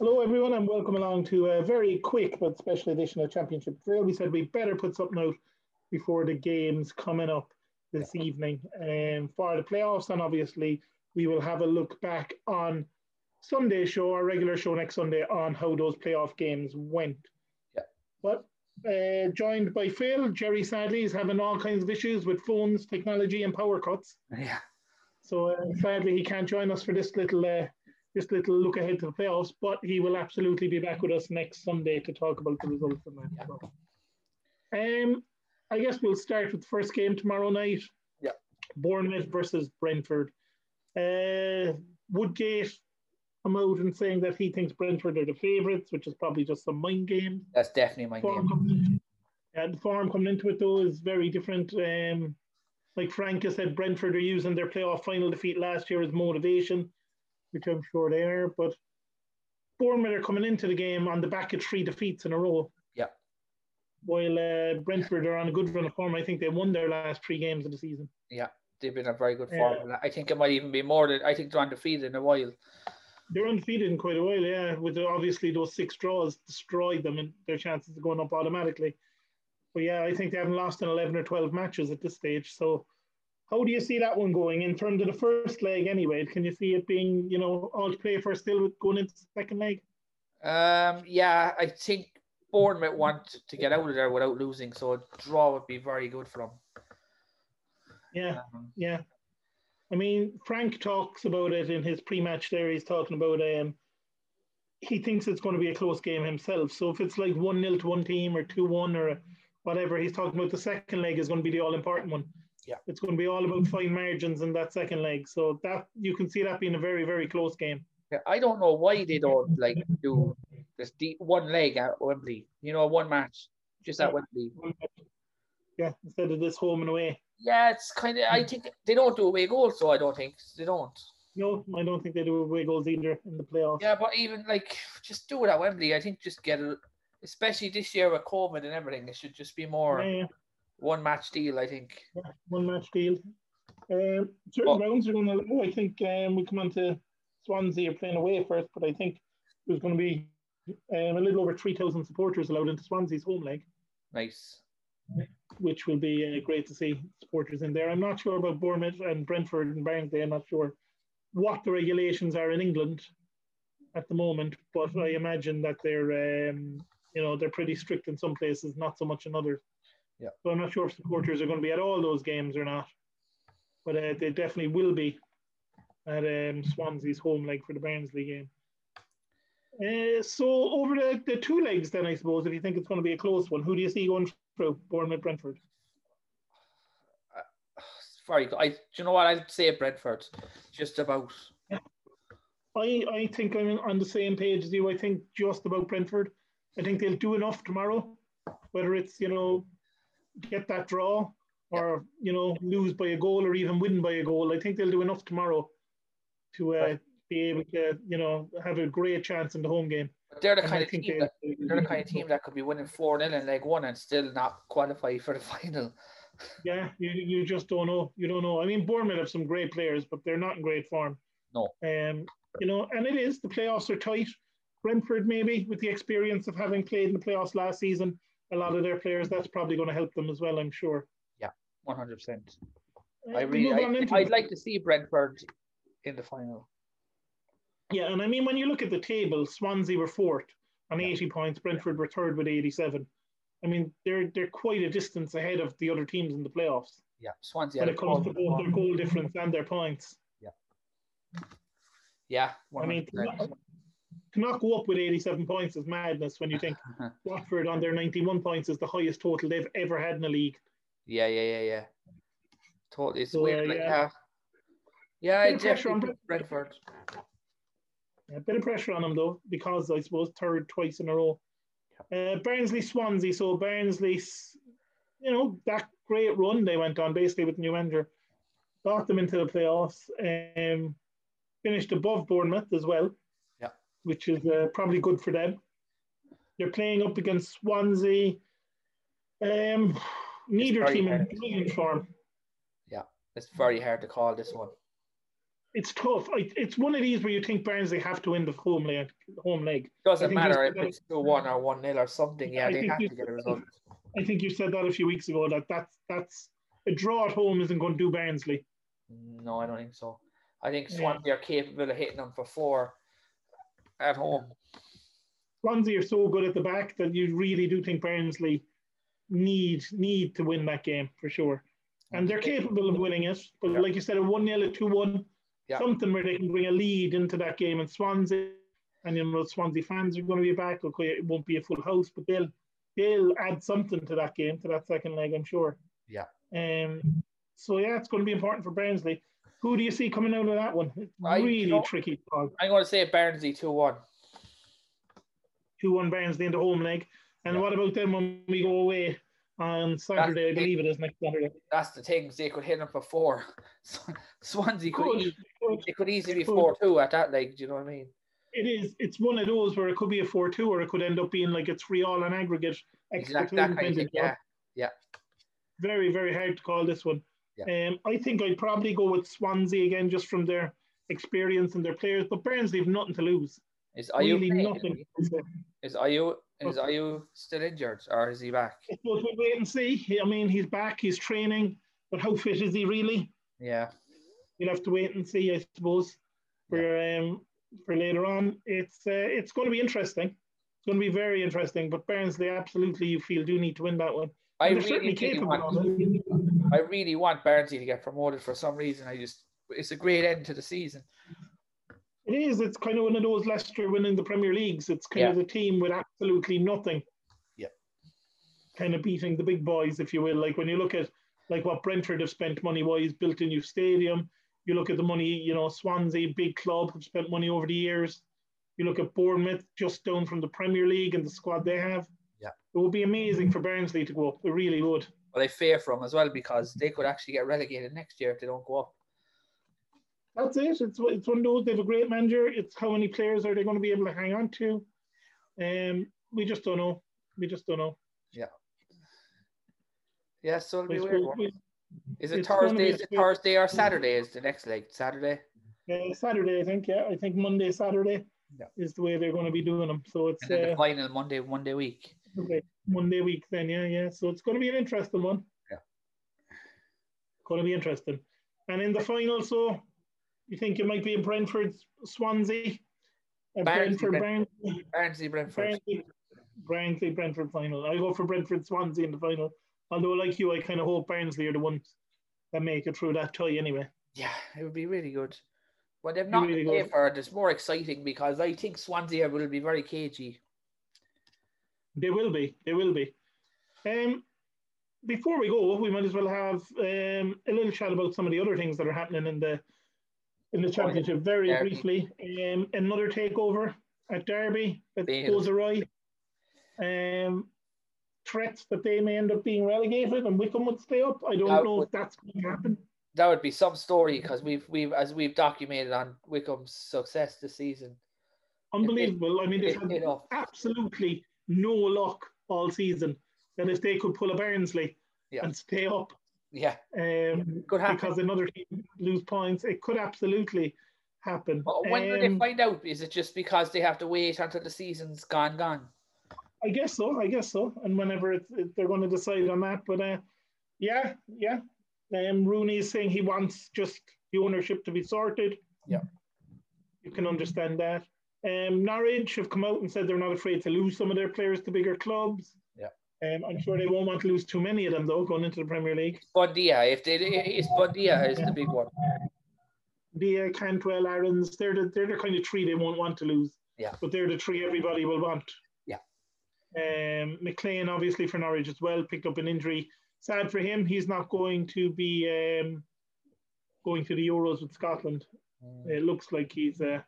and welcome along to a very quick but special edition of Championship Drill. We said we better put something out before the games coming up this evening um, for the playoffs, and obviously we will have a look back on Sunday show, our regular show next Sunday, on how those playoff games went. Yeah. But uh, joined by Phil, Jerry sadly is having all kinds of issues with phones, technology, and power cuts. Yeah. So uh, sadly, he can't join us for this little uh, this little look ahead to the playoffs. But he will absolutely be back with us next Sunday to talk about the results of that. So, um, I guess we'll start with the first game tomorrow night. Yeah. Bournemouth versus Brentford. Uh, Woodgate come out and saying that he thinks Brentford are the favourites, which is probably just some mind game. That's definitely my Form game. coming, yeah, the form coming into it though is very different. Um, like Frank has said, Brentford are using their playoff final defeat last year as motivation, which I'm sure they are. But Bournemouth are coming into the game on the back of three defeats in a row. Yeah. While uh, Brentford are on a good run of form, I think they won their last three games of the season. They've been a very good form. I think it might even be more than I think they're undefeated in a while. They're undefeated in quite a while, yeah. With the- obviously those six draws destroyed them and their chances of going up automatically. But yeah, I think they haven't lost in eleven or twelve matches at this stage. So how do you see that one going in terms of the first leg anyway? Can you see it being, you know, all to play for still with going into the second leg? Um, yeah, I think Bournemouth want to get out of there without losing, so a draw would be very good for Yeah. them. Um, Yeah. I mean, Frank talks about it in his pre match there. He's talking about um, he thinks it's going to be a close game himself. So if it's like 1 0 to one team or 2 1 or whatever, he's talking about the second leg is going to be the all important one. Yeah. It's going to be all about fine margins in that second leg. So that you can see that being a very, very close game. Yeah, I don't know why they don't like do this deep one leg at Wembley. You know, one match just at Wembley. Yeah. Instead of this home and away. Yeah, it's kind of. I think they don't do away goals, so I don't think they don't. No, I don't think they do away goals either in the playoffs. Yeah, but even like just do it at Wembley. I think just get it, especially this year with COVID and everything. It should just be more yeah. one match deal. I think. one match deal. Um, certain Well- rounds are going to. I think um, we come on to Swansea are playing away first, but I think there's going to be um, a little over three thousand supporters allowed into Swansea's home leg, Nice. which will be uh, great to see supporters in there. I'm not sure about Bournemouth and Brentford and Barnsley. I'm not sure what the regulations are in England at the moment, but I imagine that they're um, you know they're pretty strict in some places, not so much in others. Yeah. So I'm not sure if supporters are going to be at all those games or not, but uh, they definitely will be at um, Swansea's home leg for the Barnsley game. Uh, so over the, the two legs, then I suppose if you think it's going to be a close one, who do you see going through? Bournemouth, Brentford. It's Very good. I. Do you know what? I'd say Brentford. Just about. I, I think I'm on the same page as you. I think just about Brentford. I think they'll do enough tomorrow, whether it's, you know, get that draw or, you know, lose by a goal or even win by a goal. I think they'll do enough tomorrow to uh, Right. be able to, you know, have a great chance in the home game. But they're the And kind I of think team. they- That, they're the kind of team that could be winning four 0 in leg one and still not qualify for the final. Yeah, you, you just don't know. You don't know. I mean, Bournemouth have some great players, but they're not in great form. No. Um, you know, and it is the playoffs are tight. Brentford maybe with the experience of having played in the playoffs last season, a lot of their players that's probably going to help them as well. I'm sure. One hundred percent. I Uh, really, move on into- I, I'd like to see Brentford in the final. Yeah, and I mean when you look at the table, Swansea were fourth on 80 points. Brentford were third with 87. I mean, they're they're quite a distance ahead of the other teams in the playoffs. Yeah, Swansea. when had it a comes to goal. both their goal difference and their points. Yeah, I mean, 100%. To not go up with 87 points is madness when you think Watford on their 91 points is the highest total they've ever had in a league. yeah, yeah, yeah, yeah. Totally, it's So, uh, weird. like, yeah. yeah, yeah, Bit of it's pressure on definitely Brentford. A bit of pressure on them though, because I suppose third twice in a row. Uh, Barnsley Swansea, so Barnsley, s- you know that great run they went on basically with new manager, got them into the playoffs, um, finished above Bournemouth as well, Yeah. which is uh, probably good for them. They're playing up against Swansea. Um, neither very team in hard. brilliant form. It's very hard to call this one. it's tough. I, it's one of these where you think Barnsley have to win the home leg. Home leg. I Doesn't think matter you- if it's two one or one 0 or something. Yeah, I they think have you- to get a result. I think you said that a few weeks ago that that's that's a draw at home isn't going to do Barnsley. No, I don't think so. I think Yeah. Swansea are capable of hitting them for four at home. Swansea are so good at the back that you really do think Barnsley need need to win that game for sure. And they're capable of winning it. But Yeah. like you said, a 1 0, a 2 1, Yeah. something where they can bring a lead into that game. And Swansea, and you know, Swansea fans are going to be back. Okay, it won't be a full house, but they'll they'll add something to that game, to that second leg, I'm sure. Yeah. Um. So, yeah, it's going to be important for Barnsley. Who do you see coming out of that one? It's I- you really know- tricky call. I'm going to say Barnsley two one. 2 1 Barnsley in the home leg. And Yeah. what about them when we go away on Saturday? I it. believe it is next Saturday. That's the things they could hit them for four. Swansea could, Good, eas- good. they could easily be Good. four two at that leg. Do you know what I mean? It is. It's one of those where it could be a four-two, or it could end up being like a three-all on aggregate. extra Exactly time that kind of thing. penalty. Yeah, Very, very hard to call this one. Um, I think I'd probably go with Swansea again, just from their experience and their players. But Barnsley have nothing to lose. is are you really playing? nothing. to lose. Is are you is are you still injured or is he back? I suppose we'll wait and see. I mean, he's back. He's training, but how fit is he really? Yeah, You'll have to wait and see, I suppose, for um, for later on. It's uh, it's going to be interesting. It's going to be very interesting. But Barnsley, absolutely, you feel do need to win that one. I They're really, really want, of it. I really want Barnsley to get promoted for some reason. I just it's a great end to the season. It is. It's kind of one of those Leicester winning the Premier Leagues. It's kind of the team with absolutely nothing. Yep. Kind of beating the big boys, if you will. Like when you look at like what Brentford have spent money wise, built a new stadium. You look at the money, you know, Swansea, big club, have spent money over the years. You look at Bournemouth, just down from the Premier League and the squad they have. Yeah. It would be amazing for Barnsley to go up. It really would. But I fear for them as well because they could actually get relegated next year if they don't go up. That's it. It's it's one of those. They have a great manager. It's how many players are they going to be able to hang on to? Um, we just don't know. We just don't know. Yeah, so it'll We, be a weird. we- one. we- Is it it's gonna Thursday? be Is a it weird- Thursday or Saturday? Is the next leg Saturday? uh, Saturday, I think. Yeah, I think Monday, Saturday Yeah. is the way they're going to be doing them. So it's And then the uh, final Monday, Monday week. okay, Monday week then. Yeah, yeah. So it's going to be an interesting one. Yeah. Going to be interesting. And in the final, so you think it might be in Brentford, Swansea, uh, Barnsley, Brentford, Barnsley. Barnsley, Brentford. Brentford, Barnsley, Brentford final. I go for Brentford, Swansea in the final. Although, like you, I kind of hope Barnsley are the ones that make it through that tie anyway. Yeah, it would be really good. But they've Be not really really played good. for it. It's more exciting because I think Swansea will be very cagey. They will be. They will be. Um, before we go, we might as well have um, a little chat about some of the other things that are happening in the in the championship very Derby. briefly. Um, another takeover at Derby that Bale. goes awry. Um, threats that they may end up being relegated and Wickham would stay up. I don't That know would- if that's going to happen. That would be some story because we've we've as we've documented on Wickham's success this season. Unbelievable. I mean, they've It, had you know, absolutely no luck all season. And if they could pull a Barnsley Yeah. and stay up yeah, um, could happen. because another team lose points, it could absolutely happen. But when will they Um, find out? Is it just because they have to wait until the season's gone gone? I guess so. I guess so. And whenever it's, it, they're going to decide on that, but uh, yeah, yeah. Um, Rooney is saying he wants just the ownership to be sorted. Yeah. you can understand that. Um, Norwich have come out and said they're not afraid to lose some of their players to bigger clubs. Yeah. Um, I'm sure they won't want to lose too many of them though, going into the Premier League. Bondia, if they it's Bondia is the big one. Dia, Cantwell, Aaron's, they're the, they're the kind of three they won't want to lose. Yeah. But they're the three everybody will want. Yeah. Um, McLean, obviously, for Norwich as well, picked up an injury. Sad for him. He's not going to be um, going to the Euros with Scotland. It looks like he's uh,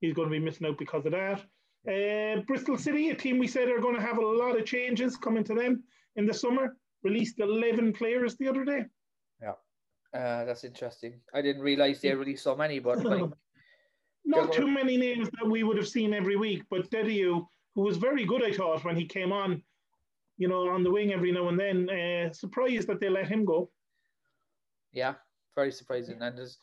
he's going to be missing out because of that. Uh, Bristol City, a team we said are going to have a lot of changes coming to them in the summer, released 11 players the other day. Uh, that's interesting. I didn't realize they released so many, but like, Not Gilmore. too many names that we would have seen every week, but Dediu, who was very good, I thought, when he came on, you know, on the wing every now and then, uh, surprised that they let him go. yeah, very surprising. And there's,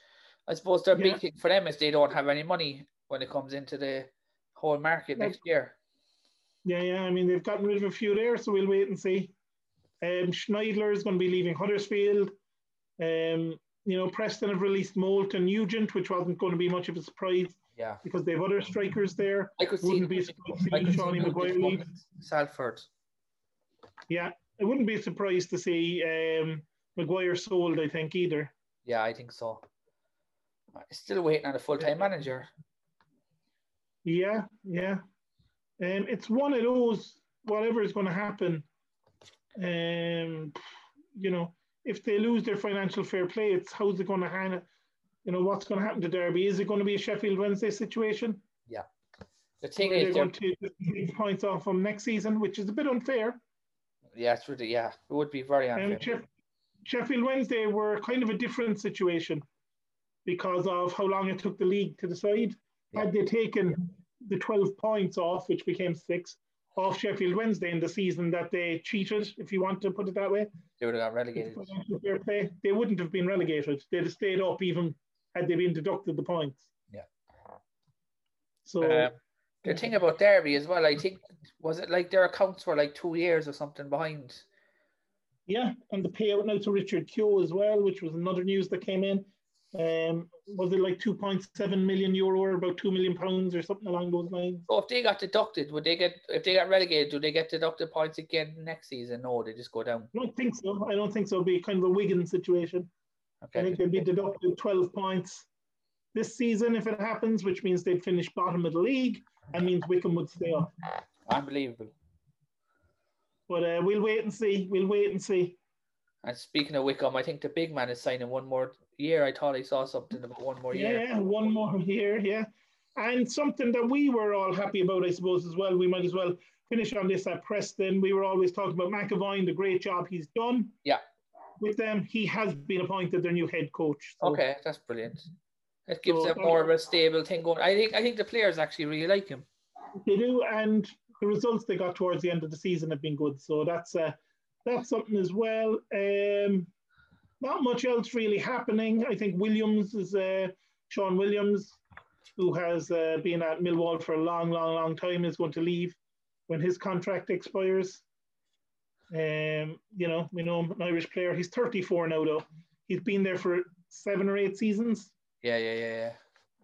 I suppose their Yeah. big thing for them is they don't have any money when it comes into the whole market Yeah. next year. Yeah, yeah. I mean, they've gotten rid of a few there, so we'll wait and see. Um, Schneidler is going to be leaving Huddersfield. Um, you know, Preston have released Moulton Nugent, which wasn't going to be much of a surprise Yeah. because they have other strikers there. I could see Wouldn't be surprised to I see could Shawnee see them Maguire just leave. wanting Salford. Yeah, I wouldn't be surprised to see um, Maguire sold, I think, either. Yeah, I think so. Still waiting on a full time manager. Yeah, yeah. Um, it's one of those, whatever is going to happen, um, you know, if they lose their financial fair play, it's how's it going to handle, you know, what's going to happen to Derby? Is it going to be a Sheffield Wednesday situation? The thing Where they're is, they're- going to take six points off from next season, which is a bit unfair. yeah, it's really, yeah, it would be very Um, unfair. Sheff- Sheffield Wednesday were kind of a different situation because of how long it took the league to decide. Yeah. Had they taken the 12 points off, which became six, off Sheffield Wednesday in the season that they cheated, if you want to put it that way, They would have got with relegated. financial fair play, they wouldn't have been relegated. They'd have stayed up even had they been deducted the points. Yeah. So, Um, the thing about Derby as well, I think, was it like their accounts were like two years or something behind? yeah, and the payout now to Richard Keogh as well, which was another news that came in. Um, was it like 2.7 million euro or about 2 million pounds or something along those lines? So if they got deducted, would they get, if they got relegated, do they get deducted points again next season? No, they just go down. I don't think so. I don't think so. It'd be kind of a Wigan situation. I Okay. think they'd be deducted 12 points this season if it happens, which means they'd finish bottom of the league and means Wickham would stay up. Unbelievable. But uh, we'll wait and see. We'll wait and see. And speaking of Wickham, I think the big man is signing one more year. I thought I saw something about one more Yeah, year. yeah, one more here, yeah. And something that we were all happy about, I suppose, as well. We might as well finish on this at Preston. We were always talking about McAvoy and the great job he's done. Yeah. With them, he has been appointed their new head coach. So, Okay, that's brilliant. It gives So- them more of a stable thing going. I think I think the players actually really like him. They do, and the results they got towards the end of the season have been good. So that's uh, that's something as well. Um, not much else really happening. I think Williams is uh, Sean Williams, who has uh, been at Millwall for a long, long, long time, is going to leave when his contract expires. Um, you know, we know him, an Irish player. He's 34 now, though. He's been there for seven or eight seasons. Yeah, yeah, yeah,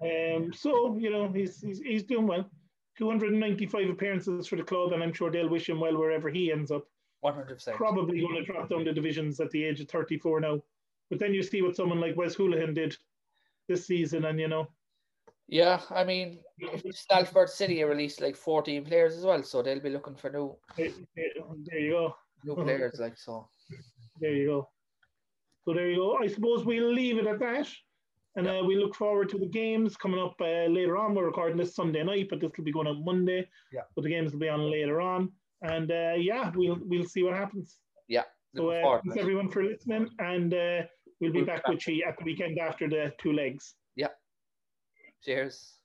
yeah. Um, so you know he's, he's he's doing well. 295 appearances for the club, and I'm sure they'll wish him well wherever he ends up. One hundred percent. Probably going to drop down the divisions at the age of 34 now. But then you see what someone like Wes Houlihan did this season, and you know, Yeah, I mean, Salford City released like fourteen players as well, so they'll be looking for new eh, eh, there you go, new players. Like so, there you go. So there you go. I suppose we'll leave it at that, and uh, we look forward to the games coming up uh, later on. We're recording this Sunday night, but this will be going on Monday. Yeah. But the games will be on later on, and uh, yeah, we'll we'll see what happens. So Looking uh, forward to thanks it. everyone for listening, and uh, we'll be We'll be back back. with you at the weekend after the two legs. Cheers.